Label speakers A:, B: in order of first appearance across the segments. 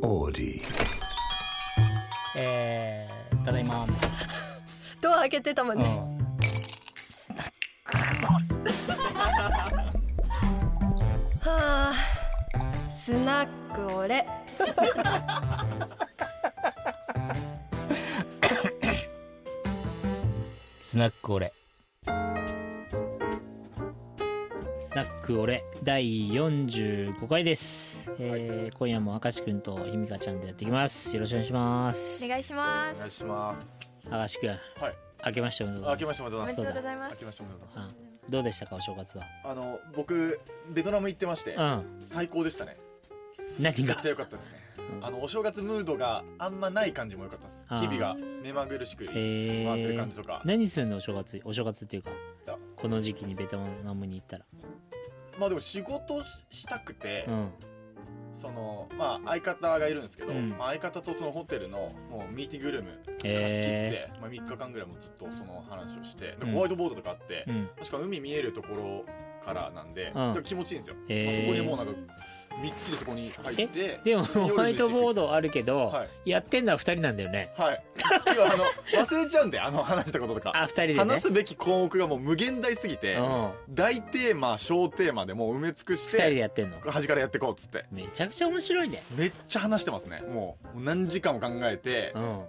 A: melody.
B: えー、ただいま、
C: ドア開けてたもん
B: う
C: ね、
B: ん、
C: はあスナックオレ
B: スナックオレスナックオレ第45回です、えー、今夜も明石くんとひみかちゃんでやっていきますよろしくお願いします
C: お願いしま
D: お願い
C: す
D: します。
B: 明石くん
D: はい。
B: 明けましておめでとうござ
D: あ
B: い
D: け
B: ま
D: ましておめでとう
C: お
D: ご
C: め
D: ざ
C: で
D: いま。
C: とうございます
D: あ
C: す
D: けましておめでとうございます
B: うんどうでしたかお正月は
D: す。あの僕ベトナム行ってまして、
B: うん
D: 最高でしたね。
B: 何
D: めちゃ
B: が
D: くちゃ良かったですね。
B: うん
D: あのお正月ムードがあんまない感じも良かったです。
B: あー
D: 日々が目まぐるしく回
B: え
D: ってる感
B: ー
D: じとか。
B: 何するのお正月お正月っていうか
D: だ
B: この時期にベトナムに行ったら
D: まあでも仕事ししたくて、
B: うん
D: そのまあ相方がいるんですけど、
B: うん
D: まあ相方とそのホテルのもうミーティングルーム貸し切って、
B: え
D: まあ3日間ぐらいもずっとその話をして、
B: うん
D: でホワイトボードとかあって
B: ー、う、ん
D: 確か海見えるところからなんで、
B: うん
D: でも気持ちいいんですよ。
B: えー
D: まあそこにもうなんかみっちりそこに入って。
B: でもホワイトボードあるけど、
D: はい。
B: やってんのは二人なんだよね
D: はい。今あの、忘れちゃうんで、あの、話したこととか。
B: あ二人でね
D: 話すべき項目がもう無限大すぎて
B: う、ん
D: 大テーマ、小テーマでもう埋め尽くし
B: 二人で
D: て、
B: やってんの
D: 端からやってこうっつって。
B: めちゃくちゃ面白いね
D: めっちゃ話してますね。もう、もう何時間も考えて
B: う、ん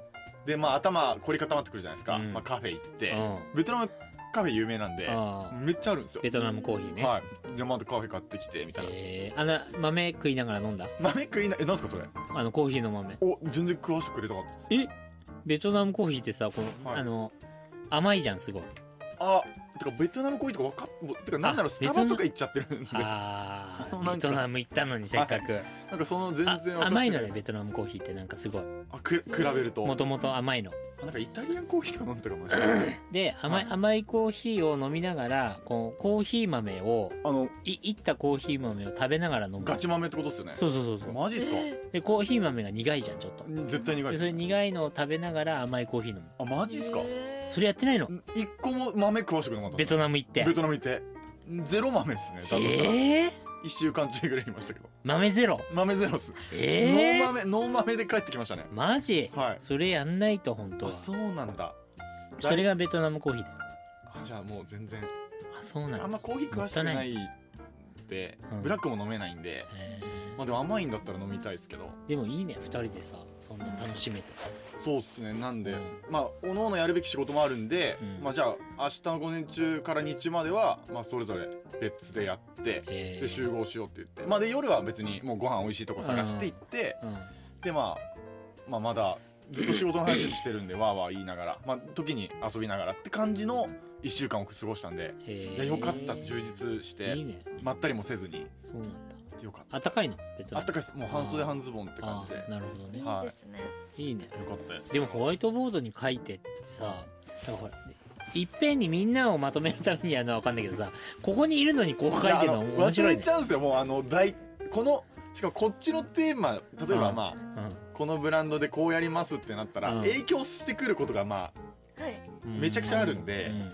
D: で、まあ頭凝り固まってくるじゃないですか。
B: うん
D: まあカフェ行って
B: う、ん
D: ベトナムカフェ有名なんで、
B: あ
D: めっちゃあるんですよ。
B: ベトナムコーヒーね、
D: はい。じゃあまずカフェ買ってきて、みたいな。
B: えー、あの豆食いながら飲んだ
D: 豆食いな、え、なんすかそれ。
B: あのコーヒーの豆
D: お、全然食わしてくれたかったです。
B: ベトナムコーヒーってさこの、
D: はい
B: あの甘いじゃんす ごい
D: あ、てかベトナムコーヒーとかわかっ、もうてかなんならスタバとか行っちゃってるんで。
B: あ
D: その
B: ー
D: なん
B: ベ
D: か
B: トナム行ったのにせっかく
D: なんかその全然
B: あ
D: わかってな
B: 甘いの
D: で
B: ね
D: す
B: ベトナムコーヒーってなんかすごい
D: あく比べると
B: もともと甘いの
D: あなんかイタリアンコーヒーとか飲んでたかもしれない
B: で甘い
D: はい
B: 甘いコーヒーを飲みながらこうコーヒー豆を
D: あの
B: いいったコーヒー豆を食べながら飲む
D: ガチ豆ってことっすよね
B: そうそうそうそう
D: マジっすか、
B: でコーヒー豆が苦いじゃんちょっと
D: 絶対苦い
B: で
D: っ
B: そ
D: す
B: れ
D: よ
B: 苦いのを食べながら甘いコーヒー飲む
D: あマジっすか、
B: それやってないの
D: 一個も豆食わしてくれなかった
B: ベトナム行って
D: ベトナム行ってゼロ豆っすねだとしたら
B: ええー、
D: 1週間中ぐらいいましたけど
B: 豆ゼロ
D: 豆ゼロっす、
B: ええ
D: ノ
B: ー、
D: ー豆ノー豆で帰ってきましたね
B: マジ
D: はい
B: それやんないと本当
D: あ
B: はそ
D: そ
B: う
D: なんだ
B: れがベトナムコーヒーだよ
D: あじゃあもう全然
B: あそうな
D: あん
B: んだ、
D: まコーヒー食わしてないで
B: うん
D: ブラックも飲めないんで、
B: え
D: まあでも甘いんだったら飲みたいですけど
B: ーでもいいね二人でさそんな楽しめて
D: そうっすねなんで、
B: うん
D: まあおのおのやるべき仕事もあるんで、
B: うん
D: まあじゃあ明日の午前中から日中までは、まあ、それぞれ別でやって、
B: え
D: で集合しようって言ってまあで夜は別にもうご飯美味しいとこ探していって、
B: うん
D: でまあ、まあ、まだずっと仕事の話してるんでわーわー言いながら、まあ、時に遊びながらって感じの1週間を過ごしたんで、
B: えー
D: いやよかったっす充実して
B: いいね
D: まったりもせずに
B: そうなんだ
D: よかった
B: あったかいのベト
D: あ
B: ナム
D: ったかいっすもう半袖半ズボンって感
B: あ
D: じで
B: ーなるほどね
C: いい
D: はい
C: ですね、
B: いいね
D: よかったです
B: でもホワイトボードに書いてってさだからほらいっぺんにみんなをまとめるためにやるのは分かんないけどさここにいるのにこう書いてるの
D: あの
B: 面白い
D: 忘れ
B: ね
D: ち、ゃうんですよもうあの大このしかもこっちのテーマ例えば
B: うん
D: まあ、このブランドでこうやりますってなったら、
B: うん
D: 影響してくることがま
C: はい
B: うん
D: めちゃくちゃあるんで
B: うん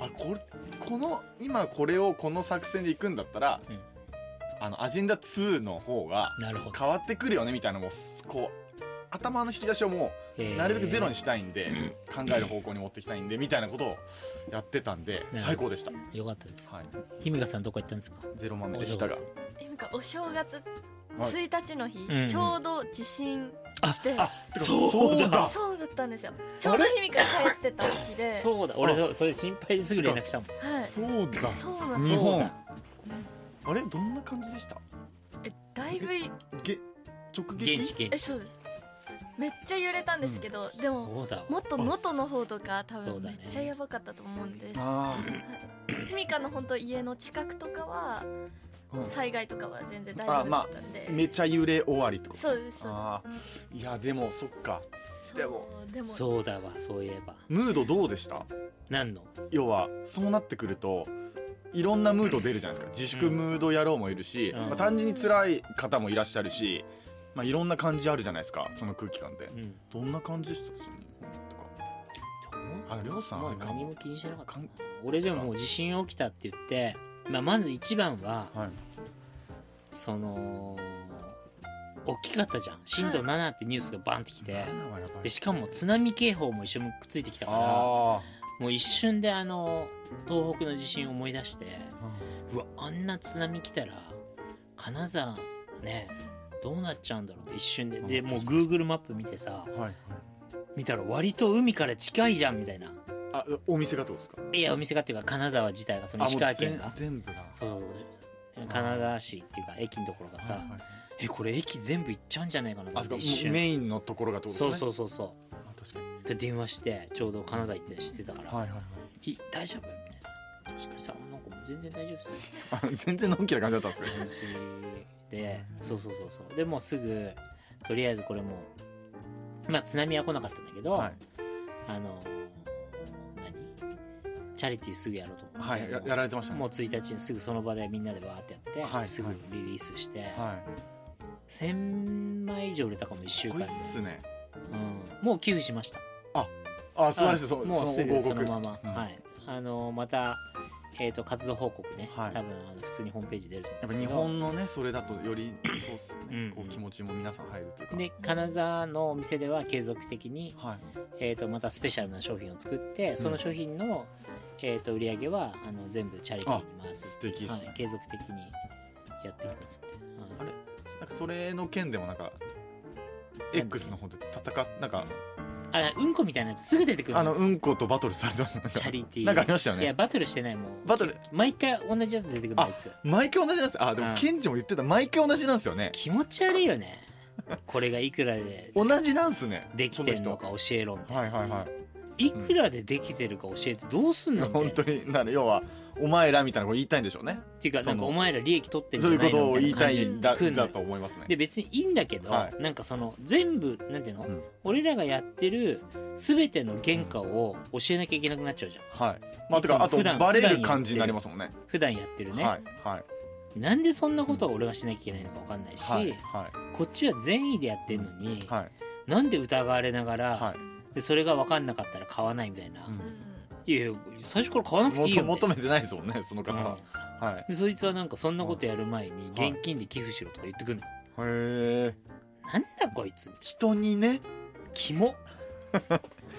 D: ああこれこの今これをこの作戦でいくんだったら、
B: うん
D: あのアジェンダ2の方が
B: なるほど
D: 変わってくるよねみたいなのもこう頭の引き出しをもうなるべくゼロ
B: に
D: にしたいんで、 考える方向に持っていきたいんでみたいなことをやってたんで
B: なるほど
D: 最高でした、
B: よかったです
D: はい、
B: ひみかさんどこ行ったんですか
D: ゼロ豆でしたが
B: お正
C: えなんかお正月
D: はい
C: 1日の日、
B: んうん
C: ちょうど地震して
D: あてか
B: そうだ
C: そうだったんですよちょうどひみか帰ってた時で
B: そうだ俺そそれ心配ですぐ連絡したもん
C: はい
D: そうだ
C: そうなんです
D: 日
C: よ
B: そう
D: 本
B: だ
D: あれどんな感じでした
C: えだいぶい
D: げ直撃
B: 現地現
C: え
B: 地
C: そうですめっちゃ揺れたんですけど、でも
B: そうだわ
C: もっと能登の方とか多
B: そう
C: 分
B: だ
C: め
B: ね
C: っちゃやばかったと思うんで
D: あ
C: ひみかの本当家の近くとかは
D: あ、う
C: 災害とかは全然大丈夫だったんで、
D: ん、めちゃ揺れ終わりってこと
C: そうですそう
D: ああいやでもそっか
C: です
D: でも
C: そうでも
B: そうだわそういえば
D: ムードどうでした
B: 何の
D: 要はそうなってくるといろんなムード出るじゃないですか自粛ムード野郎もいるし、
B: うん
D: まあ、単純に辛い方もいらっしゃるし、まあ、いろんな感じあるじゃないですかその空気感で
B: うん
D: どんな感じでしたそのとかありょうさん
B: ま
D: あ
B: あ
D: れか
B: 何
D: も
B: も気にしてなかった
D: か
B: なん俺でももう地震起きたって言って、まあ、まず一番は
D: はい
B: その大きかったじゃん震度7ってニュースがバンってきて
D: 7はやっぱ
B: で
D: り
B: しかも津波警報も一緒にくっついてきたから
D: あ
B: もう一瞬であの東北の地震を思い出してうわあんな津波来たら金沢ねどうなっちゃうんだろうって一瞬ででもう Google マップ見てさ
D: あはい
B: 見たら割と海から近いじゃんみたいな
D: あお店がってことですか
B: いやお店がっていうか金沢自体がその
D: あもう
B: 石川県が
D: 全全部が
B: そうそうそう金沢市っていうか駅のところがさ、
D: はいはい
B: えこれ駅全部行っちゃうんじゃないかなと
D: あ
B: 思
D: そ
B: っ
D: こ
B: て
D: も
B: 一
D: う
B: 瞬
D: メインのところがってこと
B: そう
D: ですね
B: そうそうそ
D: あ確かに
B: うで電話してちょうど金沢行ってしてたから「
D: はいはいはい
B: い大丈夫?」みたいな確かにさなんかもう全然大丈夫っすよ
D: あ 全然のんきな感じだったんですね
B: 感じでそうそうそうそうでもうすぐとりあえずこれもうまあ津波は来なかったんだけど、
D: はい
B: あの何チャリティーすぐやろうと思って、
D: はいややられてましたね
B: もう1日にすぐその場でみんなでわーってやって、
D: はい
B: すぐリリースして、
D: は
B: 1000枚以上売れたかも1
D: い
B: 週
D: す
B: 間
D: ごい
B: で
D: っ、すね
B: うん、もう寄付しました
D: あ素晴らしいそう
B: もうすぐ
D: そ
B: そ
D: の
B: のま
D: ご報告
B: ま、
D: うん
B: はいあのまた、えー、と活動報告ね、
D: はい
B: 多分あの普通にホームページ出ると
D: やっ
B: 思う
D: ぱ
B: んです
D: 日
B: けど
D: 本のねそれだとよ りそうっすよ
B: うん
D: ねこう気持ちも皆さん入るというか
B: で金沢のお店では継続的に、
D: はい
B: えー、とまたスペシャルな商品を作ってその商品の、えー、と売り上げはあの全部チャリティーに回す
D: あ素敵っすね
B: はい、継続的にやってきますって、
D: あれなんかそれの件でもなんか X の方で戦っなんか
B: あれあうんこみたいなやつすぐ出てくる
D: あの
B: の
D: うんことバトルされてましたね
B: チャリティー
D: なんかありましたよ
B: いや
D: ね
B: バトルしてないもん
D: バトル
B: 毎回同じやつ出てくるの
D: あ
B: あいつ
D: 毎回同じなんですあで
B: うん
D: もケンジも言ってた毎回同じなんですよね
B: 気持ち悪いよねこれがいくらで
D: 同じなんすね
B: できてるの
D: そ
B: か教えろみたい
D: 人
B: な
D: はいはいはい
B: くらでできてるか教えてどうすん
D: い
B: のみたい
D: 本
B: な
D: 当になる要はお前らみたいなこと言いたいんでしょうね
B: っていうか
D: そ
B: な
D: の
B: んかお前ら利益取ってんじ
D: そ
B: ゃ
D: う
B: ないいう
D: こ
B: の
D: とを言
B: み
D: い
B: た
D: た
B: い
D: い
B: な感
D: ん
B: じ
D: だ
B: 来んの
D: だ
B: よ
D: と思いますね
B: で別にいいんだけど、
D: はい
B: なんかその全部なんていうの、
D: うん
B: 俺らがやってる全ての原価を教えなきゃいけなくなっちゃうじゃん
D: はいまあてか
B: い
D: あ
B: つも
D: と
B: 普段
D: バレる感じになりますもんね
B: 普段やってるね、
D: はいはい
B: なんでそんなことを俺がしなきゃいけないのか分かんないし、
D: はいは
B: こっちは善意でやってんのに、
D: いはい
B: なんで疑われながら、
D: はい
B: でそれが分かんなかったら買わないみたいな、
D: うん
B: いやいや最初から買わなくていい
D: 求
B: よ
D: 求
B: み
D: めてないですもんねその
B: た
D: 方
B: いな
D: ははい
B: うんでそいつはなんかそんなことやる前に
D: はい
B: 現金で寄付しろとか言ってくんの、
D: へえ
B: なんだこいつ
D: 人にね
B: キモ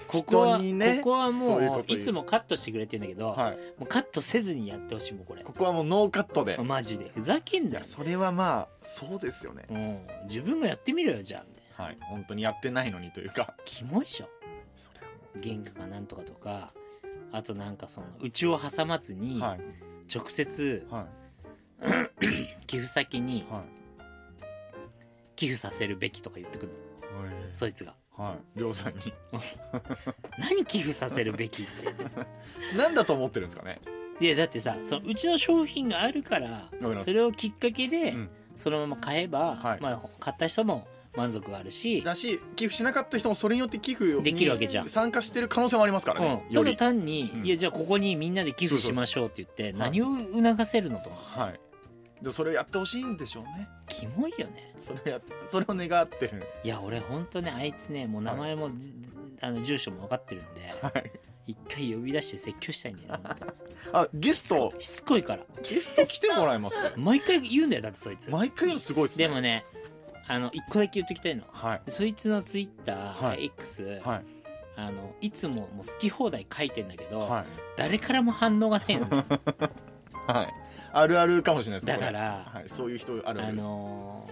B: ここは
D: 人にね
B: ここはも
D: そううい
B: いう
D: こと言う
B: つもカットしてくれって言うんだけど、
D: はい
B: もうカットせずにやってほしいもうこれ
D: ここはもうノーカットで
B: マジでふざけん
D: い
B: な
D: や
B: よ、
D: それはまあそうですよね
B: うん、自分もやってみろよじゃあみたいな
D: はい本当にやってないのにというか
B: キモいっしょ
D: それはも
B: 原価がなんとかとかあとなんかそのうちを挟まずに
D: はい
B: 直接
D: は
B: 寄付先に
D: いはい
B: 寄付させるべきとか言ってくるのそいつが
D: はいりょうさんに
B: 何寄付させるべきって
D: 何だと思ってるんですかね
B: いやだってさそのうちの商品があるから
D: ります
B: それをきっかけで
D: うん
B: そのまま買えば、
D: はい
B: まあ、買った人も満足があるし、
D: だし寄付しなかった人もそれによって寄付を
B: できるわけじゃん
D: 参加してる可能性もありますからね
B: うん、た
D: よ
B: だ
D: り
B: 単に、
D: うん
B: いやじゃあここにみんなで寄付しましょうって言って
D: そうそう
B: 何を促せるのと、
D: はいでもそれをやってほしいんでしょうね
B: キモいよね
D: それをやそれを願ってる
B: いや俺ほんとねあいつねもう名前も、じあの住所も分かってるんで
D: はい
B: 一回呼び出して説教したいんだよねほん と
D: あゲスト
B: しつこいから
D: ゲスト来てもらいます
B: 毎回言うんだよだってそいつ
D: 毎回すごいですね
B: でもねあの一個だけ言っときたいの
D: はい
B: そいつのツイッター、
D: はい
B: X、
D: はい
B: あのいつももう好き放題書いてんだけど、
D: はい
B: 誰からも反応がないの
D: はいあるあるかもしれないです
B: だ
D: ね
B: から、
D: はい、そういう人あるあ
B: あ
D: る
B: の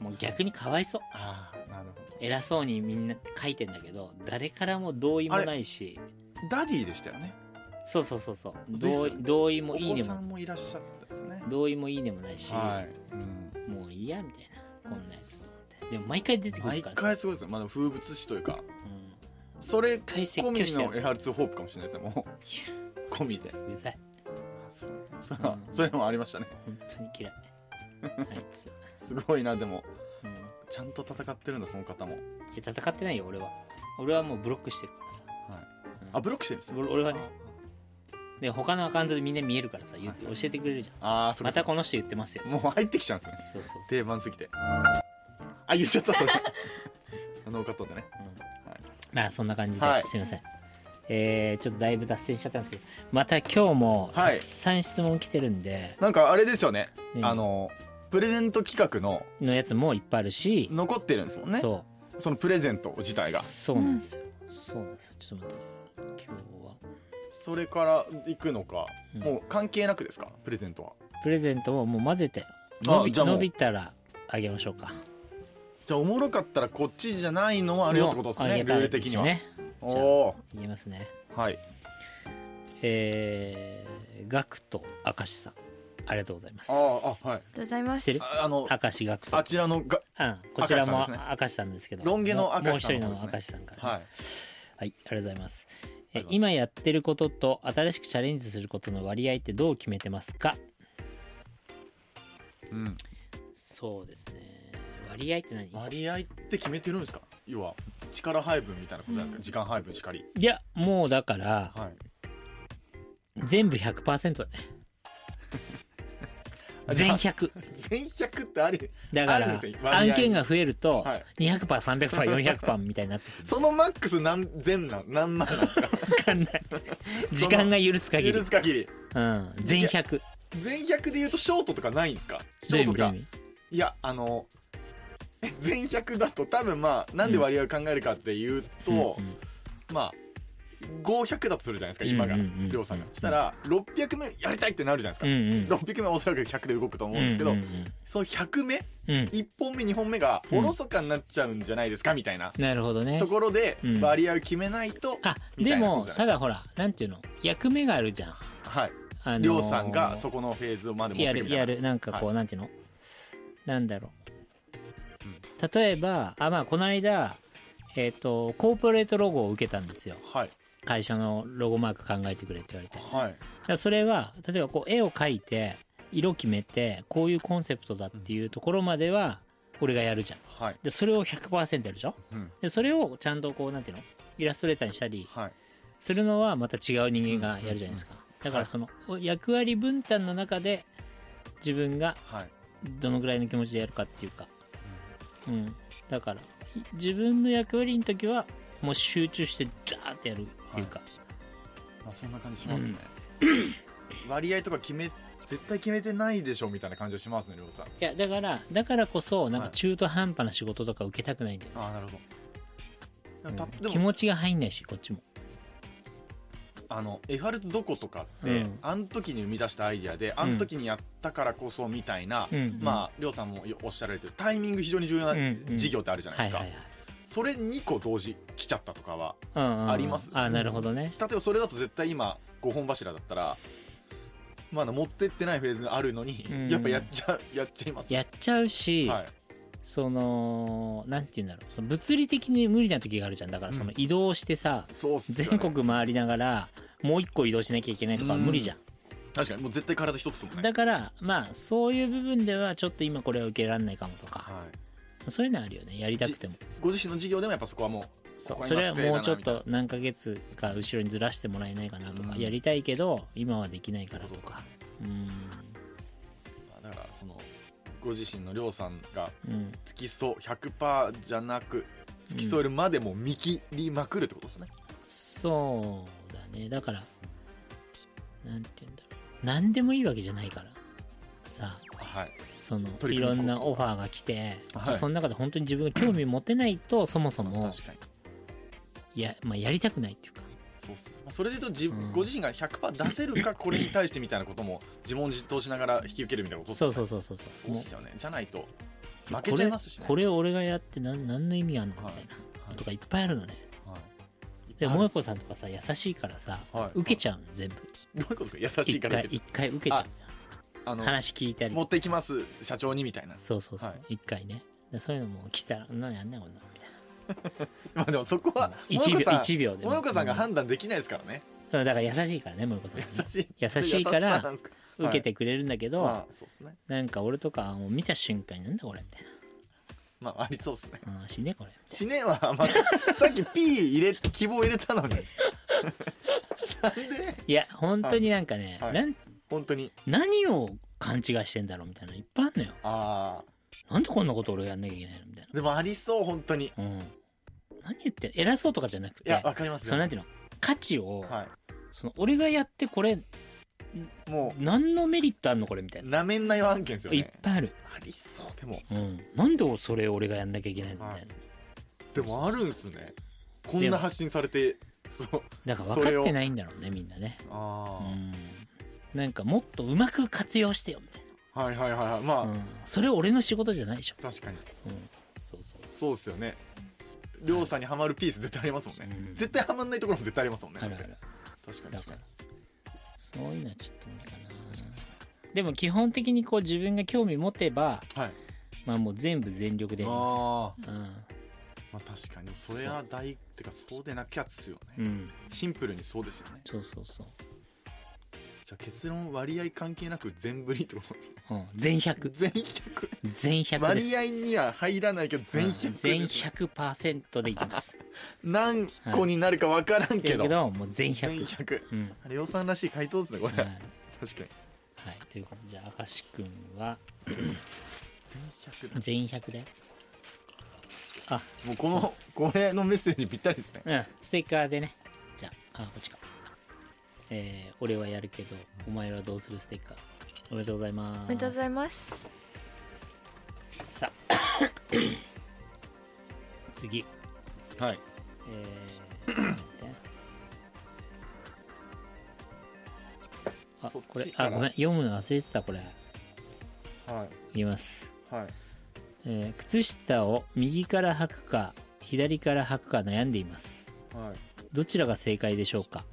B: ーもう逆にかわいそう
D: ああなるほ
B: 偉そうにみんな書いてんだけど誰からも同意もないし
D: どダディでしたよね
B: そうそうそうそう
D: です
B: 同
D: よ
B: 意同意
D: お
B: もいいね
D: 子さ
B: も
D: んもいらっしゃったですね
B: 同意もいいねもないし、
D: はい、うん、
B: もういいやみたいなこんなやつと思ってでも毎回出てくる
D: 毎
B: から
D: 回すごいですねまだ風物詩という
B: う
D: か
B: ん
D: それ
B: 一回説
D: 込
B: 教
D: み
B: して
D: のエ
B: る
D: ハルツホープかもしれないですねもう込みで
B: うざい
D: そそれはそれもありましたね
B: 本当に嫌いあいつ、
D: すごいなでも
B: うん、い
D: ちゃんと戦ってるんだその方も、
B: や戦ってないよ俺は俺はもうブロックしてるからさ、
D: はい、
B: うん
D: あブロックしてるんですね
B: 俺俺はねで他のアカウントでみんな見えるからさ、言う教えてくれるじゃん
D: ああそ
B: ま
D: れ
B: たこの人言ってますよ
D: もう入ってきちゃうんですね
B: そうそうそう
D: 定番すぎてあ言っちゃっ たそれあの方でね
B: まあそんな感じで、
D: はい
B: すみません。えー、ちょっとだいぶ脱線しちゃったんですけどまた今日も
D: は
B: た
D: い
B: くさん質問来てるんで、
D: なんかあれですよね
B: ね
D: あのプレゼント企画の
B: のやつもいっぱいあるし、
D: 残ってるんですもんねそ
B: そ
D: のプレゼント自
B: う
D: 体が
B: そうなんですよ、そうなんですよちょっと待ってね今日は
D: それから行くのか、
B: うん
D: もう関係なくですかプレゼントは
B: プレゼントをもう混ぜて
D: あ
B: 伸び
D: じゃあもう
B: 伸びたらあげましょうか
D: じゃあおもろかったらこっちじゃないのはあるよってことです
B: もうあ
D: ね
B: げ
D: ル
B: た
D: ー
B: い
D: ル的には、
B: ですね
D: おお
B: 言えますね
D: ーはい
B: えー、ガクト明石さんありがとうございます
D: あーあはい
C: とうございま
B: 知っ
C: す
B: てる
D: ああの
B: 明石ガクト
D: あちらのが
B: うん、こちらも
D: 明石さんです
B: 明石さんですけど
D: ロン毛の
B: もうもう
D: 明
B: 一
D: 石さん
B: 人
D: の
B: の
D: 方
B: 明
D: で
B: 石さんからね、
D: はい
B: はい、ありがとうございます。え
D: ありがとうございます
B: 今やってることと新しくチャレンジすることの割合ってどう決めてますか
D: うん
B: そうですね割合って何
D: 割合って決めてるんですか要は力配分みたいなことなんですか、時間配分しかり
B: いやもうだから
D: はい
B: 全部100%だね
D: あじゃ
B: 全
D: あ
B: 100
D: 全100ってあり
B: だか
D: ある
B: ら
D: んですね割
B: 案
D: 合
B: 件が増えると
D: はい
B: 200%300%400% みたいになってくる
D: そのマックス何全なん何万なんですか
B: わかんない時間が許す限り
D: 許す限り
B: うん全100
D: 全100で言うとショートとかないんですかシ
B: どうい
D: ョー
B: う意
D: ト
B: 味ど
D: と
B: う
D: か
B: いう意味
D: いやあのえ全100だと多分まあなんで割合を考えるかっていうと、
B: うんうん
D: まあ500だとするじゃないですか今が
B: うんうんうん
D: りょうさんがしたら600目やりたいってなるじゃないですか、
B: うんうん
D: 600目はおそらく100で動くと思うんですけど、
B: うんうん
D: その100目
B: うんうん
D: 1本目2本目がおろそかになっちゃうんじゃないですかみたいな
B: なるほどね
D: ところで
B: うん
D: 割合を決めないと、
B: あ
D: み
B: で
D: たいなこと
B: も
D: じゃない
B: ただほらなんていうの役目があるじゃん
D: はい
B: あのー
D: りょうさんがそこのフェーズまで持
B: や
D: って
B: る
D: きた
B: やるなんかこう、なんていうのなんだろう例えばあまあこの間えっ、とコーポレートロゴを受けたんですよ
D: はい
B: 会社のロゴマーク考えてくれって言われてだか
D: はい
B: らそれは例えばこう絵を描いて色決めてこういうコンセプトだっていうところまでは俺がやるじゃん
D: はい
B: でそれを100%やるでしょ
D: うん
B: でそれをちゃんとこうなんていうのイラストレーターにしたり
D: はい
B: するのはまた違う人間がやるじゃないですか、だからその役割分担の中で自分が
D: はい
B: どのぐらいの気持ちでやるかっていうか、うん、だからい自分の役割の時はもう集中してジャーってやるっていうか、
D: まあそんな感じしますね、 割合とか決め絶対決めてないでしょみたいな感じがしますねりょうさん
B: い、やだからだからこそなんか
D: はい
B: 中途半端な仕事とか受けたくないんだよ、
D: ああなるほどでもた
B: うん
D: で
B: 気
D: も
B: 持ちが入んないしこっちも
D: あのエファルトどことかって、
B: うん
D: あの時に生み出したアイディアであの時にやったからこそみたいな、
B: うん
D: まありょうさんもおっしゃられてるタイミング非常に重要な
B: うんうん
D: 事業ってあるじゃないで
B: はいは
D: すか、
B: いはい
D: それ2個同時来ちゃったとかは
B: うんうんうん
D: あります
B: あなるほどね
D: 例えばそれだと絶対今5本柱だったらまだ持ってってないフェーズがあるのに、
B: うん
D: やっぱやっちゃやっちゃいます
B: やっちゃうし、
D: はい
B: そのなんて言うんだろうその物理的に無理な時があるじゃんだからその
D: うん
B: 移動してさ、
D: そうっすよね
B: 全国回りながらもう一個移動しなきゃいけないとかは無理じゃん、
D: 確かにもう絶対体一つともんね
B: だからまあそういう部分ではちょっと今これは受けられないかもとか
D: はい
B: そういうのあるよねやりたくても
D: ご自身の事業でもやっぱそこはも
B: そ
D: こ
B: う
D: は
B: そ
D: 今
B: れはもうちょっ
D: ステーだな
B: と何ヶ月か後ろにずらしてもらえないかなとか、
D: うん
B: やりたいけど今はできないからとかうん
D: うだからそのご自身のりょうさんが
B: うん
D: 付き添う100%じゃなく付き添えるまでも見切りまくるってことですね、
B: そうだねだからなんて言うんだろう何でもいいわけじゃないからさ
D: はい
B: その
D: 取
B: い
D: り組
B: ろ
D: む
B: んなオファーが来て、
D: はい
B: その中で本当に自分が興味持てないとそもそも
D: 確かに
B: や,、まあ、やりたくないっていうか
D: そうっすねまあそれで言うと自、
B: うん
D: ご自身が100%出せるかこれに対してみたいなことも自問自答しながら引き受けるみたいなこと
B: そうそううそうそうそう
D: そう
B: も
D: で
B: う
D: すよねじゃないと負けちゃいますしね
B: これこれ俺がやって何何の意味あんのみたいな、
D: はい
B: とかいっぱいあるのね
D: はい
B: でももえこさんとかさ優しいからさ、
D: はい
B: 受けちゃうの全部
D: どういうことですか優し
B: 一
D: いから
B: 回
D: って
B: 一回受けちゃう
D: あの
B: 話聞いたり
D: 持っていきます社長にみたいな
B: そうそうそう
D: はい
B: 一、回ねでそういうのも来たら何やんねんこんなのみたい
D: まあでもそこは
B: な
D: もよこ
B: 1
D: さ
B: 秒
D: ん
B: 一秒で
D: もよこさんが
B: う
D: 判断できないですからね
B: そうだから優しいからねもよこさんはね、
D: 優しい
B: 優しいから
D: 優さなんですかはい
B: 受けてくれるんだけど、
D: まあそうですね
B: なんか俺とかもう見た瞬間になんだこれみたい
D: まあありそうですね
B: な、うん、死ねこれ
D: 死ねはまあ さっき P 入れ希望入れたのになんで
B: いや本当になんかね、
D: はい
B: なん
D: 本当に
B: 何を勘違いしてんだろうみたいなのいっぱいあんのよ
D: ああ
B: なんでこんなこと俺がやんなきゃいけないのみたい
D: でもありそう本当にい
B: なうん何言ってん偉そうとかじゃなくて
D: やわかります
B: そのなん
D: よ
B: ていうの価値を、
D: はい
B: その俺がやってこれ
D: も
B: 何のメリットあんのこれみたいうな
D: なめんなよ案件ですよ
B: いっ
D: ね
B: ぱいある、
D: ありそうでも
B: うん、なんでそれ俺がやんなきゃいけないのみたい
D: はいでもあるんすねこんな発信されてそう
B: なだから分かってないんだろうねみんなねう
D: あ
B: んなんかもっとうまく活用してよみたい
D: あ、はいはいはいはいまあ、
B: な、うん、それ俺の仕事じゃないでしょ、
D: 確かに
B: うん、そうそうそ
D: そうですよねりょうさんにはまるピース絶対ありますもんね、
B: うん
D: 絶対はまんないところも絶対ありますもんね
B: うあるある
D: 確かに
B: だ
D: 確
B: か
D: からに
B: そういうのはちょっと無理かなでも基本的にこう自分が興味持てば、
D: はい
B: まあ、もう全部全力で
D: あ
B: やります
D: あ
B: うん
D: まあ確かにそれは大ってかそうでなきゃっすよ
B: う
D: ね、
B: ん、
D: シンプルにそうですよね
B: そうそうそう、
D: じゃあ結論割合関係なく全振りってことですね
B: うん、全100
D: 全100
B: 全100です
D: 割合には入らないけど全100
B: うん
D: ですね、
B: 全100%でいきます
D: 何個に なるか分からんけ
B: だ
D: ど,、
B: けどもう全100
D: 全100
B: うん
D: レオさんらしい回答ですねこれ、
B: はい、は
D: 確かに
B: い、ということでじゃあ明石君は
D: 全100だ
B: 全員100であ
D: もうこのこれのメッセージぴったりですね
B: うんステッカーでねじゃああこっちかえー、俺はやるけどお前はどうするステッカーおめでとうございます
C: おめでとうございます
B: さあ 次
D: はい
B: えー待ってあ
D: そっち
B: これ
D: か
B: あ
D: ら
B: ごめん読むの忘れてたこれ
D: はい
B: きます、
D: いはい
B: えー靴下を右から履くか左から履くか悩んでいます
D: はい
B: どちらが正解でしょうか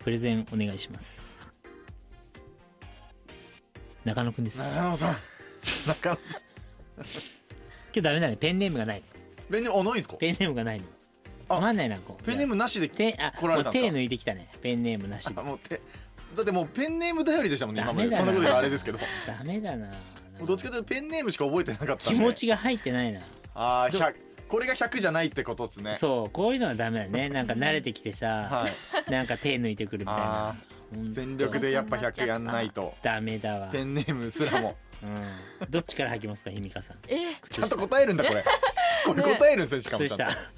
B: プレゼンお願いします中野くんです今
D: 中野さん中野さん
B: 日ダメだねペンネームがない
D: ペンネームあないんですか
B: ペンネームがないのつ
D: あ
B: まんないなこう
D: ペンネームなしで
B: 手あ
D: 来られ
B: も
D: たん
B: う
D: です
B: 手
D: か
B: 抜いてきたねペンネームなしで
D: あもう手だってもうペンネーム頼りでしたもんね今
B: ダ
D: ま
B: メ
D: で
B: だな
D: そんなこと言うのあれですけども
B: ダメだな
D: うどっちかというとペンネームしか覚えてなかった
B: 気
D: んで
B: 持ちが入ってないな、
D: ああ
B: ど
D: 100これが100じゃないってことですね
B: そうこういうのはダメだ ねなんか慣れてきてさ、
D: はい
B: なんか手抜いてくるみたいな
D: あ
B: ほんと
D: 全力でやっぱ100やんな いと
B: ダメだわ、う
D: ペ
B: ん、
D: ンネームすらも
B: どっちから履きますかひみかさん
C: え
D: ちゃんと答えるん だこれこれ答えるんですよしかも
B: 靴
D: ちゃんと
B: 下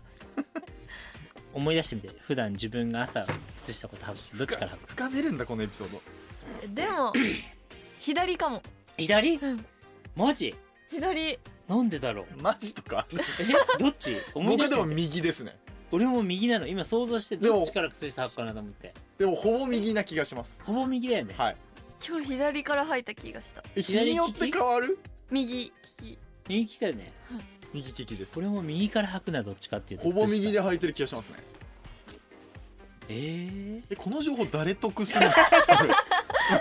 B: 思い出してみて普段自分が朝靴下こうやって履くどっちから履く
D: 深めるんだこのエピソード
C: で も左かも
B: 左
C: うん
B: マジ
C: 左
B: なんで だろう
D: マジとか
B: えどっち思い出
D: 僕
B: し
D: で
B: て
D: も
B: みて
D: 右ですね
B: 俺も右なの今想像して
D: でも
B: どっちから靴下履くかなと思って
D: でもほぼ右な気がします
B: ほぼ右だよね、
D: はい
C: 今日左から入った気がした
D: え日によって変わる
C: 右利き
B: 右利きだよね
D: 右利きです
B: 俺も右から履くなどっちかっていうと
D: ほぼ右で
B: 靴下
D: 履いてる気がしますね
B: えー
D: えこの 情報誰得するんですか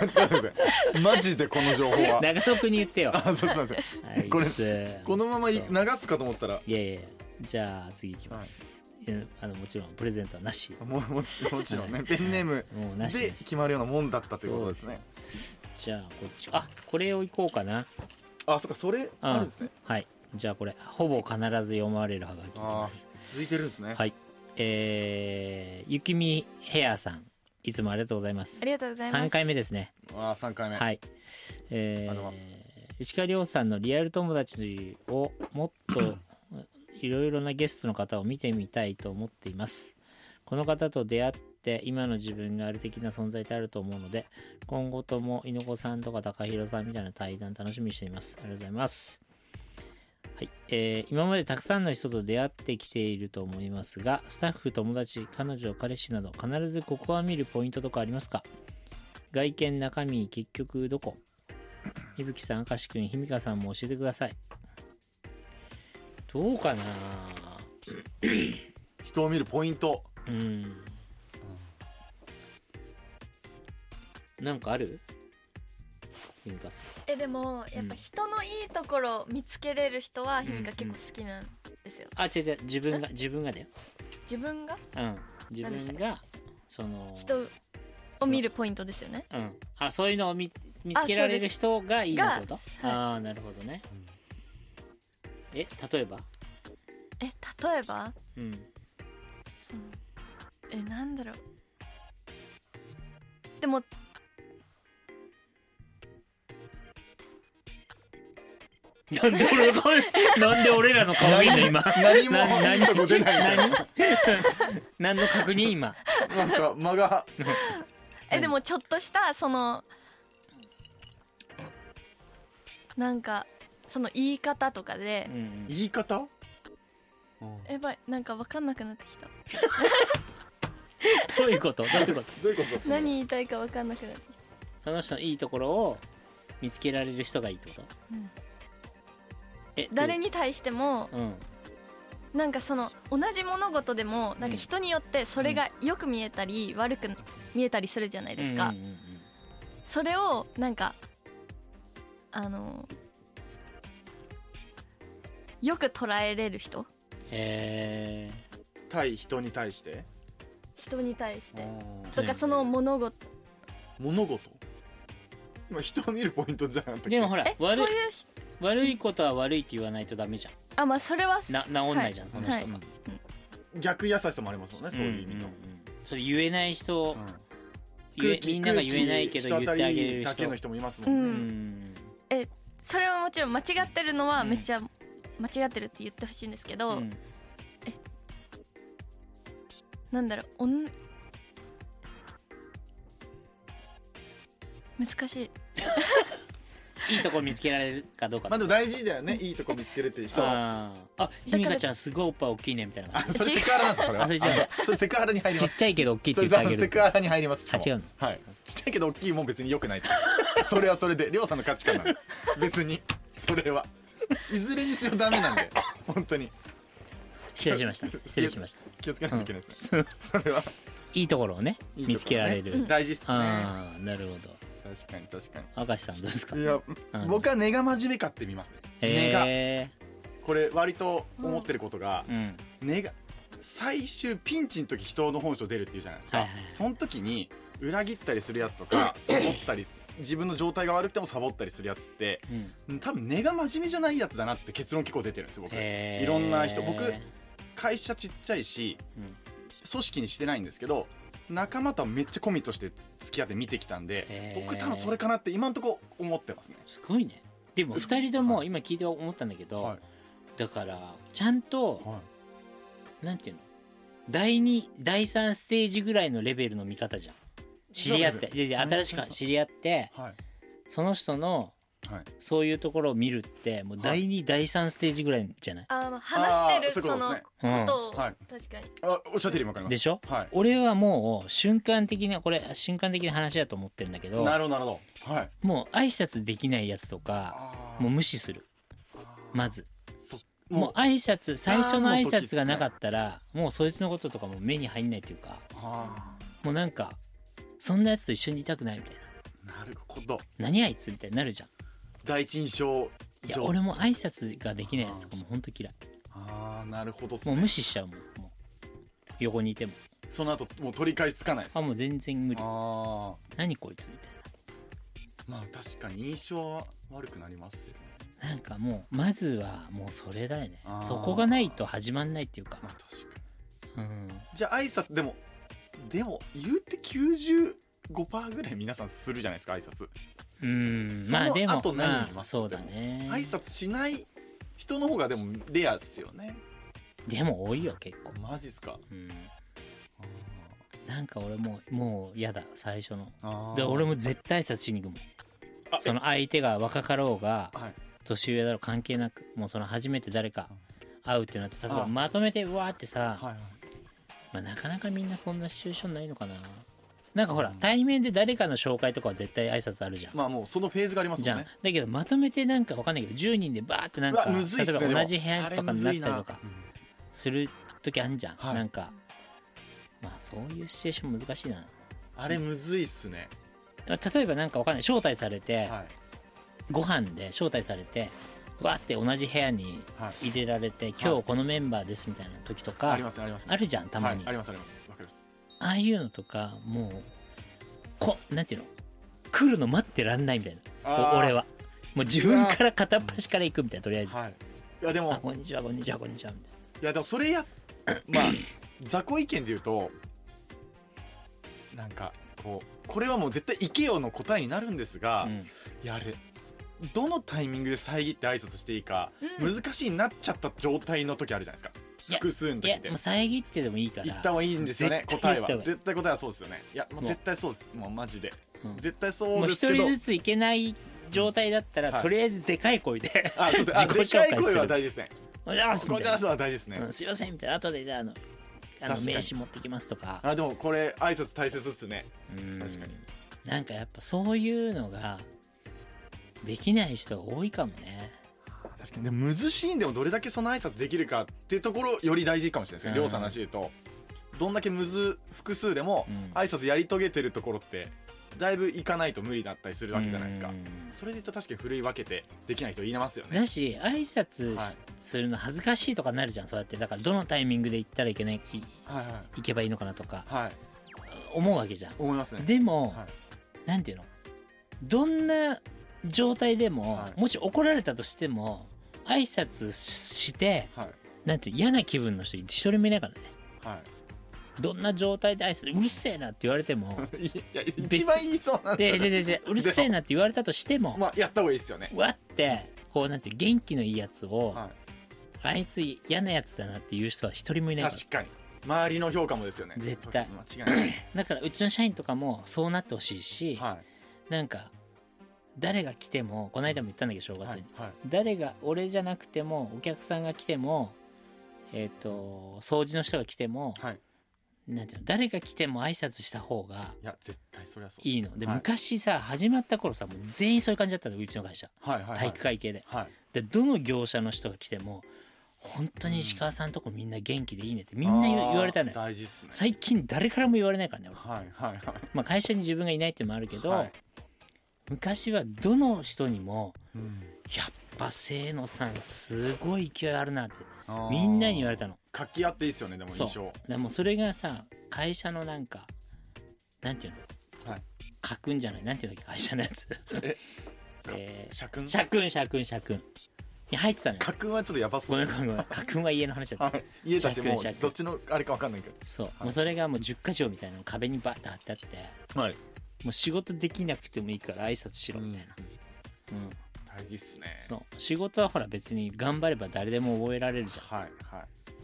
D: 待って待って待ってマジでこの情報は
B: 長野くんに言ってよ。
D: あそうすいません
B: はい
D: これ
B: つ
D: このままい流すかと思ったら
B: いやいや、じゃあ次いきます。いやあのもちろんプレゼントはなし。
D: もうももち ろんねペンネーム
B: もうなし
D: で
B: なし
D: 決まるようなもんだったということですね
B: じゃあこっち。あこれをいこうかな。
D: あそっかそれあるんですね
B: はい。じゃあこれ、ほぼ必ず読まれるはがきいき
D: ああ
B: ます。
D: 続いてるんですね、
B: はいえー、ゆきみヘアさん、いつもありがとうございます。
C: ありがとうございます
B: 3回目ですね。
D: ああ3回目、
B: はい。え
D: ありがとうございます
B: ー、石川亮さんのリアル友達をもっといろいろなゲストの方を見てみたいと思っています。この方と出会って今の自分がある的な存在であると思うので、今後とも猪子さんとか高弘さんみたいな対談楽しみにしています。ありがとうございます。はいえー今までたくさんの人と出会ってきていると思いますがスタッフ友達彼女彼氏など必ずここは見るポイントとかありますか外見中身結局どこ伊吹さん明石君ひみかさんも教えてくださいどうかな
D: 人を見るポイント
B: うんなんかあるひみかさん
C: えでもやっぱ人のいいところを見つけれる人はひみか結構好きなんですよ
B: あ違う違う自分が自分がだよ
C: 自分が
B: うん自
C: 何でした
B: 分がその
C: 人を見るポイントですよね
B: うん、あそういうのを見見つけられる人がいいのってこと
C: そうですはい
B: ああーなるほどねえ例えば
C: え例えば
B: うん
C: そのえなんだろうでも
B: なんで俺がなんで俺らの顔見んの今
D: 何も
B: 何
D: いいとこ出ないみたいな
B: 何何の確認今
D: なんか間が
C: えでもちょっとしたそのなんかその言い方とかで
B: う、ん
D: 言い方、うん
C: やばいなんか分かんなくなってきた
B: どういうことどういうこと
D: どういうこと
C: 何言いたいか分かんなくなってきた、
B: その人のいいところを見つけられる人がいいってこと
C: うん
B: え
C: 誰に対しても
B: うん
C: なんかその同じ物事でもなんか人によってそれがよく見えたり悪く見えたりするじゃないですか、
B: うんうんうんうん
C: それをなんかあのよく捉えれる人
B: へー
D: 対人に対して
C: 人に対して
D: うん
C: とかその物事
D: 物事今人を見るポイントじゃなかったっけ
B: でもほら
C: えそうい
B: 悪
C: う
B: い
C: し
B: 悪いことは悪いって言わないとダメじゃん
C: あまあそれは
B: な治んないじゃん、その人が、
C: はい
D: 逆優しさもありますもんねそういう意味
B: ん
D: の、
B: んんそれ言えない人、
D: うん
B: 言え
D: 空気
B: みんなが言えないけど言ってあげれる
D: 人当たりだけ
B: 人
D: の人もいますもんね、
B: う
C: うん
B: ん
C: それはもちろん間違ってるのは
B: うん
C: めっちゃ間違ってるって言ってほしいんですけど、
B: うん
C: なんだろうおん難しい
B: いいとこ見つけられるかどうか
D: まあでも大事だよねいいとこ見つけるっていう人は
B: あーあひみかちゃんすごいおっぱい大きいねみたいな
D: あ
B: 感
D: それセクハラなんですかそれは
B: あそれじゃ
D: あのそれセクハラに入
B: じ
D: り
B: ち
D: ま
B: っ
D: す
B: ちゃいけど大きいっ
D: そ
B: て言っ
D: れ
B: て
D: さ
B: あげ
D: セ
B: る
D: クハラに入りますしかも
B: あ違うの
D: はいちっちゃいけど大きいもん別に良くないそれはそれでりょうさんの価値観なんで別にそれはいずれにせよダメなんで本当に
B: 失礼しました失礼しました
D: 気をつけないといけないですね、それはい
B: いところをね
D: いいところね
B: 見つけられる、
C: うん
D: 大事っすね
B: ああなるほど
D: 確かに確かに
B: 明石さんどうですか
D: いや、
B: うん
D: 僕は根が真面目かって見ますね根が
B: へ
D: これ割と思ってることが
B: え、うん
D: 根が最終ピンチの時人の本性出るっていうじゃないですか、
B: はいはいはい
D: その時に裏切ったりするやつと かサボったり自分の状態が悪くてもサボったりするやつって
B: うん
D: 多分根が真面目じゃないやつだなって結論結構出てるんですよ僕
B: へえ
D: いろんな人僕会社ちっちゃいし組織にしてないんですけど仲間とはめっちゃコミットして付き合って見てきたん
B: へ
D: で
B: ー
D: 僕多分それかなって今のとこ思ってますね、
B: すごいねでも2人とも今聞いて思ったんだけど、
D: はい
B: だからちゃんと
D: はい、
B: なんていうの第2第3ステージぐらいのレベルの見方じゃん知り合って
D: そう
B: でで新しく知り合って
D: はい
B: その人の
D: はい
B: そういうところを見るってもう第2、第3ステージぐらいじゃない
C: あーまあ話して
D: あー
C: るそ
D: そういうこと
C: の
D: ですね
B: うん、
C: とを、
D: はい
C: 確かに
D: あおっしゃってる今かります
B: でしょ
D: はい
B: 俺はもう瞬間的なこれ瞬間的な話だと思ってるんだけど
D: なるほどなるほどはい
B: もう挨拶できないやつとか
D: あー
B: もう無視するまず
D: そ
B: もう
D: もう
B: 挨拶最初の
D: あー
B: 挨
D: もう時で
B: 拶
D: すね
B: がなかったらもうそいつのこととかも目に入んないというか
D: あ
B: もうなんかそんなやつと一緒にいたくないみたいな
D: ーなるほど
B: 何あいつみたいになるじゃん
D: 第一印象
B: いや
D: 上
B: 俺も挨拶ができないやつとかもうほんと嫌い
D: ああなるほどっす
B: もう
D: ね
B: 無視しちゃうもんもう横にいても
D: その後もう取り返しつかないです
B: あもう全然無理
D: ああ
B: 何こいつみたい
D: まあ確かに印象は悪くなりますよね
B: ななんかもうまずはもうそれだよね
D: あー
B: そこがないと始まんないっていうか
D: まあ確かに
B: うん
D: じゃあ挨拶でもでも言うて95%ぐらい皆さんするじゃないですか挨拶
B: うん
D: その
B: まあでも
D: 後何にい
B: まあ
D: ます
B: そうだね
D: 挨拶しない人の方がでもレアっすよね
B: でも多いよ結構
D: マジっすか
B: うんなんか俺もうもう嫌だ最初の
D: あー
B: で俺も絶対挨拶しに行くもん
D: あ
B: その相手が若かろうが
D: はい
B: 年上だろう関係なくもうその初めて誰か会うってなって例えば
D: あ
B: まとめてうわーってさ、
D: はいはい
B: まあ、なかなかみんなそんなシチュエーションないのかななんかほら対面で誰かの紹介とかは絶対挨拶あるじゃん、
D: まあもうそのフェーズがあります
B: じ
D: も
B: ゃ
D: ん
B: ん
D: ね
B: だけどまとめてなんかわかんないけど10人でバーってなんか
D: うわむずいっす
B: 例
D: ね
B: え
D: で
B: ば
D: も
B: 同じ部屋とかになったりとかする時あんじゃん、
D: はい
B: なんかまあそういうシチュエーション難しいな
D: あれむずいっすね
B: 例えばなんかわかんない招待されて、
D: はい
B: ご飯で招待されてわーって同じ部屋に
D: はい
B: 入れられて、今日このメンバーですみたいな時とか、
D: ありますねありますね
B: あるじゃんたまに、
D: はいありますありますわかります
B: ああいうのとかもうこなんていうの来るの待ってらんないみたいな
D: あ
B: お
D: ー
B: 俺はもう自分から片っ端から行くみたいなとりあえず
D: はいいや
B: 「
D: で
B: あ
D: も
B: こんにちはこんにちはこんにちは」みたい
D: いやでも それやまあ雑魚意見で言うとなんかこうこれはもう絶対「行けよ」の答えになるんです
B: な、
D: が、
B: う
D: い
B: ん
D: やあれどのタイミングで遮って挨拶していいか
C: うん
D: 難しいなっちゃった状態の時あるじゃないですか
B: いや
D: 複数の
B: いや
D: 時で
B: もう遮ってでもいいから
D: 言った方がいいんですよね
B: 絶
D: 答
B: 対
D: え
B: 言った方
D: は
B: がいい
D: 絶対答えはそうですよねいやもう
B: もう
D: 絶対そうですもうマジで
B: うん
D: 絶対
B: も
D: そう
B: う
D: で
B: 一
D: すけど
B: 人ずついけない状態だったら、
D: はい
B: とりあえずでかい声で
D: あそうですあ
B: 自己紹介
D: です
B: る
D: かい声は大事ですね
B: 「おじゃ
D: あ
B: あす」みた
D: こち
B: い
D: ら
B: な
D: すは大事ですね
B: うんすいません」みたいな後でじゃああのあの
D: 確かに
B: 名刺持ってきますとか
D: あでもこれ挨拶大切ですね
B: うん
D: 確かに
B: なんかやっぱそういうのができない人が多いかもね
D: 確かにでもむずしいんでもどれだけその挨拶できるかっていうところより大事かもしれないで
B: う
D: すね
B: ん
D: りょうさんの話で言うとどんだけむず複数でも
B: うん
D: 挨拶やり遂げてるところってだいぶいかないと無理だったりするわけじゃないですか
B: うん
D: それで言ったら確かに古い分けてできない人いますよね
B: だし挨拶し
D: はい
B: するの恥ずかしいとかなるじゃんそうやってだからどのタイミングで行ったらいけないい
D: はいはい
B: 行けばいいのかなとか
D: はい
B: 思うわけじゃん
D: 思いますね
B: でも、
D: はい
B: なんていうのどんな状態でも、
D: はい
B: もし怒られたとしても挨拶して
D: はい
B: なんていう嫌な気分の人一人もいないからね
D: はい
B: どんな状態で挨拶うるせえなって言われても
D: いや一番言いそうなん
B: で
D: で
B: でででうるせえなって言われたとしても、
D: まあやった方がいいですよね
B: わってこうなんていう元気のいいやつを、
D: は
B: あいつ嫌なやつだなっていう人は一人もい
D: い
B: ないから
D: 確かに周りの評価もですよね
B: 絶対
D: 間違いない
B: だからうちの社員とかもそうなってほしいし、
D: はい
B: なんか誰が来てもこの間も言ったんだけど正月に、
D: はいはい
B: 誰が俺じゃなくてもお客さんが来てもえっ、と掃除の人が来ても、
D: はい
B: なんていうの誰が来ても挨拶した方が
D: いや絶対そりゃそう
B: いいので、
D: はい
B: 昔さ始まった頃さもう全員そういう感じだったのうちの会社
D: はいはいは
B: 体
D: い
B: 育会系で、
D: はい
B: でどの業者の人が来ても本当に石川さんとこみんな元気でいいねってみんな言う
D: あー
B: 言われたのよ
D: 大事っすね
B: 最近誰からも言われないからね俺、
D: はいはいはい
B: まあ、会社に自分がいないってのもあるけど、
D: はい
B: 昔はどの人にも
D: うん
B: やっぱ清野さんすごい勢いあるなって
D: あー
B: みんなに言われたの
D: 書き合っていいっすよねでも
B: そう
D: 印象は
B: でもそれがさ会社のなんかなんていうの、
D: はい
B: 書くんじゃないなんていうんだっけ会社のやつ
D: え
B: え
D: 社訓
B: ー、社訓社訓社訓に入ってたのよ
D: 家訓はちょっとやばそ
B: ごめ
D: うん
B: ごめんご めん家訓は家の話だった
D: はい家出して
B: 社
D: も
B: 訓社
D: う
B: 訓
D: どっちのあれかわかんないけ
B: そう、
D: い
B: もうそれがもう10か条みたいなの壁にバッて貼ってあって
D: どはい
B: もう仕事できなくてもいいから挨拶しろみたいな、うん
D: 大事っすね
B: そう仕事はほら別に頑張れば誰でも覚えられるじ
D: はいはい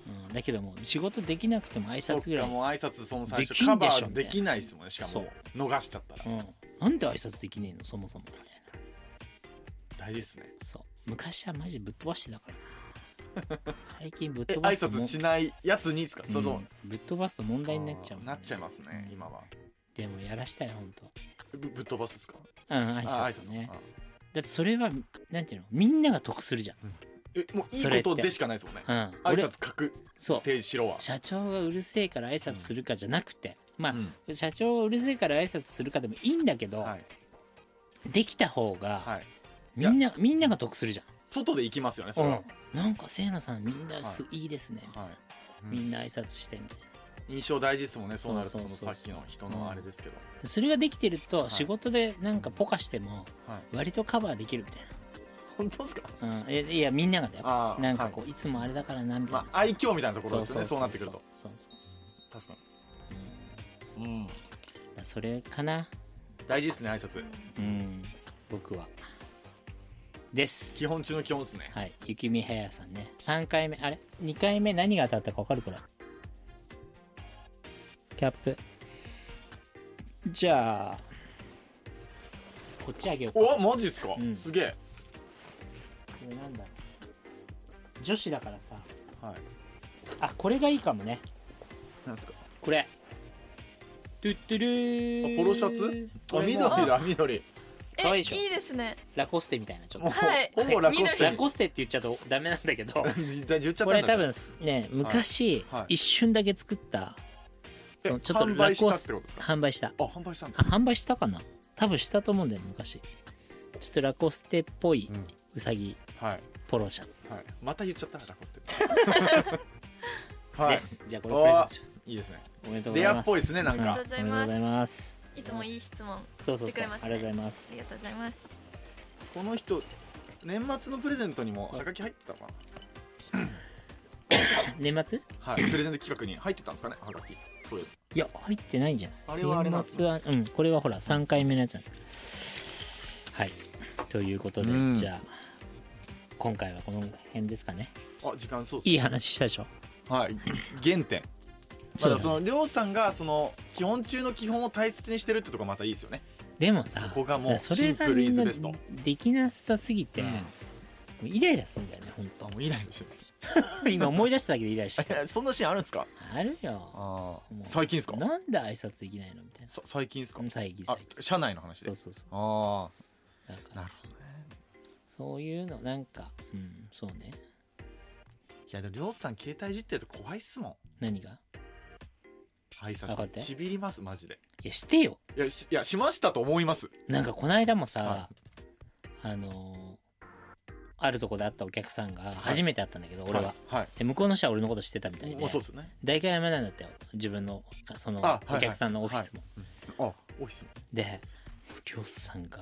B: ゃん、うん、だけども仕事できなくても挨
D: そっ
B: 拶ぐら
D: か
B: い
D: もう挨拶その
B: で
D: 最初
B: き
D: カ
B: んで
D: バ
B: しょ
D: ーできないっすもんねしか
B: そ
D: も
B: う
D: 逃しちゃったら
B: うん、なんで挨拶できねえのそもそもみたいな
D: 大事っすね
B: そう昔はマジぶっ飛ばしてたからな 最近ぶっ
D: え
B: 飛ば
D: 挨
B: すとも
D: 拶しないやつにですかその
B: うんぶっ飛ばすと問題になっちゃうも
D: あー
B: ん
D: なっちゃいますね今は
B: でもやらしたいほんと
D: ぶぶっ飛ばすですか
B: うん挨
D: あー
B: 拶ね
D: あ
B: だってそれはなんていうのみんなが得するじ
D: えもうい
B: それっ
D: い
B: て
D: ことでしかないですもんね
B: ゃん、うん、
D: 挨
B: 俺
D: 拶書く
B: そう
D: 提示しろは
B: 社長がうるせえから挨拶するかじゃなくて、まあ、
D: うん
B: 社長がうるせえから挨拶するかでもいいんだけど、
D: はい
B: できた方が
D: はい
B: みんな、みんなが得するじ
D: 外で行きますよね
B: ゃ
D: そ
B: ん、
D: れ
B: うん
D: は、
B: なんか清野さんみんなす、い、いですね、
D: はいうん
B: みんな挨拶してみたいな
D: 印象大事ですもんねそうなると
B: そう
D: そ
B: そう
D: の
B: そ
D: さ
B: う
D: っきの人のあれですけど、
B: それができてる
D: は
B: と
D: い
B: 仕事でなんかポカしても
D: はい
B: 割とカバーできるみたい
D: 本当ですか
B: な、うん、えいやみんながだよ
D: あー
B: なんかこう、、
D: はい
B: つもあれだからなみ
D: い
B: たい
D: ま
B: な、
D: あ、愛嬌みたいなところですよねそうなってくると
B: そうそうそ
D: 確か
B: う、うん、
D: に、うん、
B: だからそれかな
D: 大事ですね挨拶
B: うん僕はです
D: 基本中の基本ですね
B: はい、ゆきみはやさんね。3回目、あれ ?2 回目何が当たったか分かるこれ。キャップ。じゃあ、こっちあげようか。
D: おマジっすか、
B: うん
D: すげえ、
B: これなんだろう女子だからさ。
D: はい、
B: あ、これがいいかもね。
D: なんですか
B: これ。トゥットゥルー。
D: あポロシャツあ
B: これ
D: 緑
B: も
D: だ緑
B: 可愛
C: え
B: いでしょ
C: いいですね
B: ラコステみたいな、ちょっ
D: もう
B: と。
C: はい
D: ほぼラコス
B: ラ
D: テ
B: コステって言っちゃうとダメなんだけど。
D: 言っ ちゃったんだ
B: これ多分ね昔、
D: はいはい
B: 一瞬だけ作った
D: え
B: そのちょっと
D: 販売
B: ラ
D: した
B: コ
D: っ
B: ス
D: てことですか
B: 販売した
D: あ販売したんだ
B: あ販売したかな多分したと思うんだよね昔ちょっとラコステっぽい
D: うん
B: うさぎ
D: はい
B: ポロシャツ
D: はいまた言っちゃったラコステはい
B: です、じゃあこれプレゼントします
D: いいですね
B: おめでとうござ
D: レ
B: い
D: ア
B: ま
D: っ
B: す
D: ぽいですねなん
C: あり
D: か
C: がとうござい
B: おめでとう
C: ま
B: ござい
C: す
B: ます
C: いつもいい質問あ
B: そうそう
C: してくれ
B: そう、
C: ますね
B: ありがとうございます
C: りがとうございます
D: この人年末のプレゼントにもハガキ入ってたのか
B: 年末
D: なはいプレゼント企画に入ってたんですかねハガキそういう
B: いや入ってないんじゃない
D: あれはあれなん
B: 年
D: です
B: 末はうんこれはほら3回目のやつなんだはいということで、
D: うん
B: じゃあ今回はこの辺ですかね
D: あ時間そう
B: いい話したでしょ
D: はい、原点
B: そ
D: ま
B: うだ
D: だ
B: ね
D: そのりょうさんがその基本中の基本を大切にしてるってとこまたいいですよね
B: でもさ
D: そこがもう
B: だからそれが
D: シンプルイ
B: みんな
D: ズベスト
B: できなさすぎて、
D: うん
B: もうイライラするんだよね本
D: あもうイライラし
B: 当今思い出しただけでイライラしてて
D: る そんなシーンあるんですか
B: あるよ
D: あー
B: もう
D: 最近ですか
B: なんで挨拶できないのみたいな
D: さ最近ですか
B: うん最近
D: あ
B: 最近
D: 社内の話で
B: そうそうそうそう
D: あ
B: だか
D: あ
B: ら
D: なるほどね
B: そういうのなんかうんそうね
D: いやでもりょうさん携帯いじってると怖いっすも
B: 何が
D: ん挨
B: わかっ
D: 拶
B: て
D: しびりますマジで
B: いやしてよ
D: いやしいやしましたと思います
B: なんかこの間もさ、
D: は
B: あのーあるとこで会ったお客さんが初めて会ったんだけど、俺は、
D: はい
B: で向こうの人は俺のこと知ってたみた
D: はいい
B: で
D: もうそうですよね
B: 代官山なんだったよ自分のその
D: あはいはい
B: お客さんのオフィスも、
D: あオフィスも
B: で漁師さんが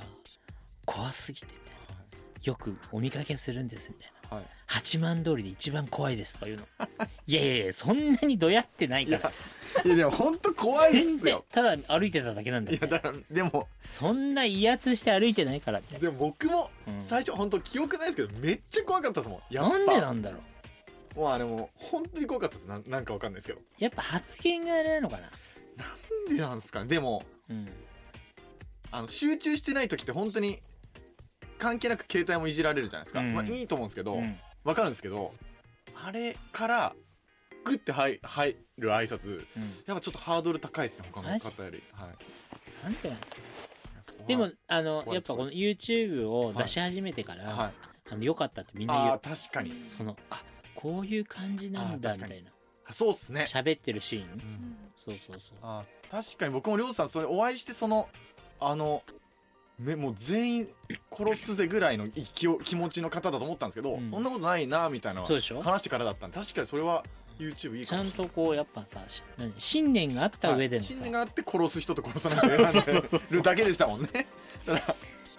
B: 怖すぎてみたいなよくお見かけするんですみたいな
D: はい
B: 八幡通りで一番怖いですとか 言うのいやいやいやそんなにどやってない
D: い
B: から
D: やいやでも本当怖い
B: 全
D: っす
B: 然
D: よ
B: ただ歩いてただけなんだ
D: い
B: よ、
D: やだ
B: ね、
D: からでも
B: そんな威圧して歩いてないからみたい
D: でも僕も
B: な、うん
D: 最初本当記憶ないですけどめっちゃ怖かったですもんやっぱ
B: なんでなんだろう
D: もうあれもう本当に怖かったですなんなんかわかんないですけど
B: やっぱ発言があれなのかな
D: なんでなんですかねでも
B: うん
D: あの集中してない時って本当に関係なく携帯もいじられるじゃないですか、
B: うん
D: まあ、いいと思うんですけど、
B: うん
D: わかるんですけどあれからグッて入入る挨拶
B: うん
D: やっぱちょっとハードル高いですね他の
B: マジ
D: 方より、はい、
B: なんでなんだでもあの
D: 怖い
B: やっぱこの YouTube を出し始めてから、
D: はい
B: あの良かったってみんな言
D: あ
B: う
D: ー確かに
B: そのあこういう感じなんだ
D: あー
B: み
D: 確
B: た
D: かに
B: いな
D: あそうっすね、
B: 喋ってるシーン
D: うん
B: そうそうそう
D: あ確かに僕もりょうさんそれお会いしてそのあのめもう全員殺すぜぐらいの気を気持ちの方だと思ったんですけど、
B: うん
D: そんなことないなみたいなのは
B: そうでしょ
D: 話してからだったんで確かにそれは YouTube いい
B: ち
D: かも
B: ゃん
D: しれない
B: とこうやっぱさし何信念があった上での
D: は
B: さ、
D: い信念があって殺す人と殺さない人を選ん
B: そうそうそう
D: で
B: そう
D: るだけでしたもんねだから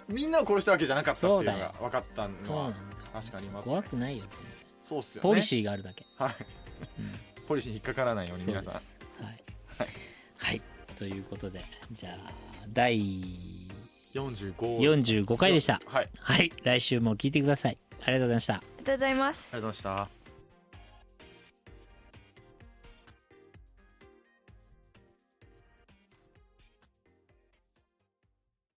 D: みんなを殺したわけじゃなかったっていうのが分かった
B: そう
D: のは
B: なんだよ
D: 確かにいますね
B: 怖くないよ全然
D: そうっすよね
B: ポリシーがあるだけ、
D: はい
B: うん
D: ポリシーに引っかからないように
B: そう
D: 皆
B: で
D: さん
B: すはい、はい、ということでじゃあ第
D: 45
B: 45回でした
D: はいありが
B: はい来週も聞いてくださいありがとうございました
C: りがとうございます
D: とうございました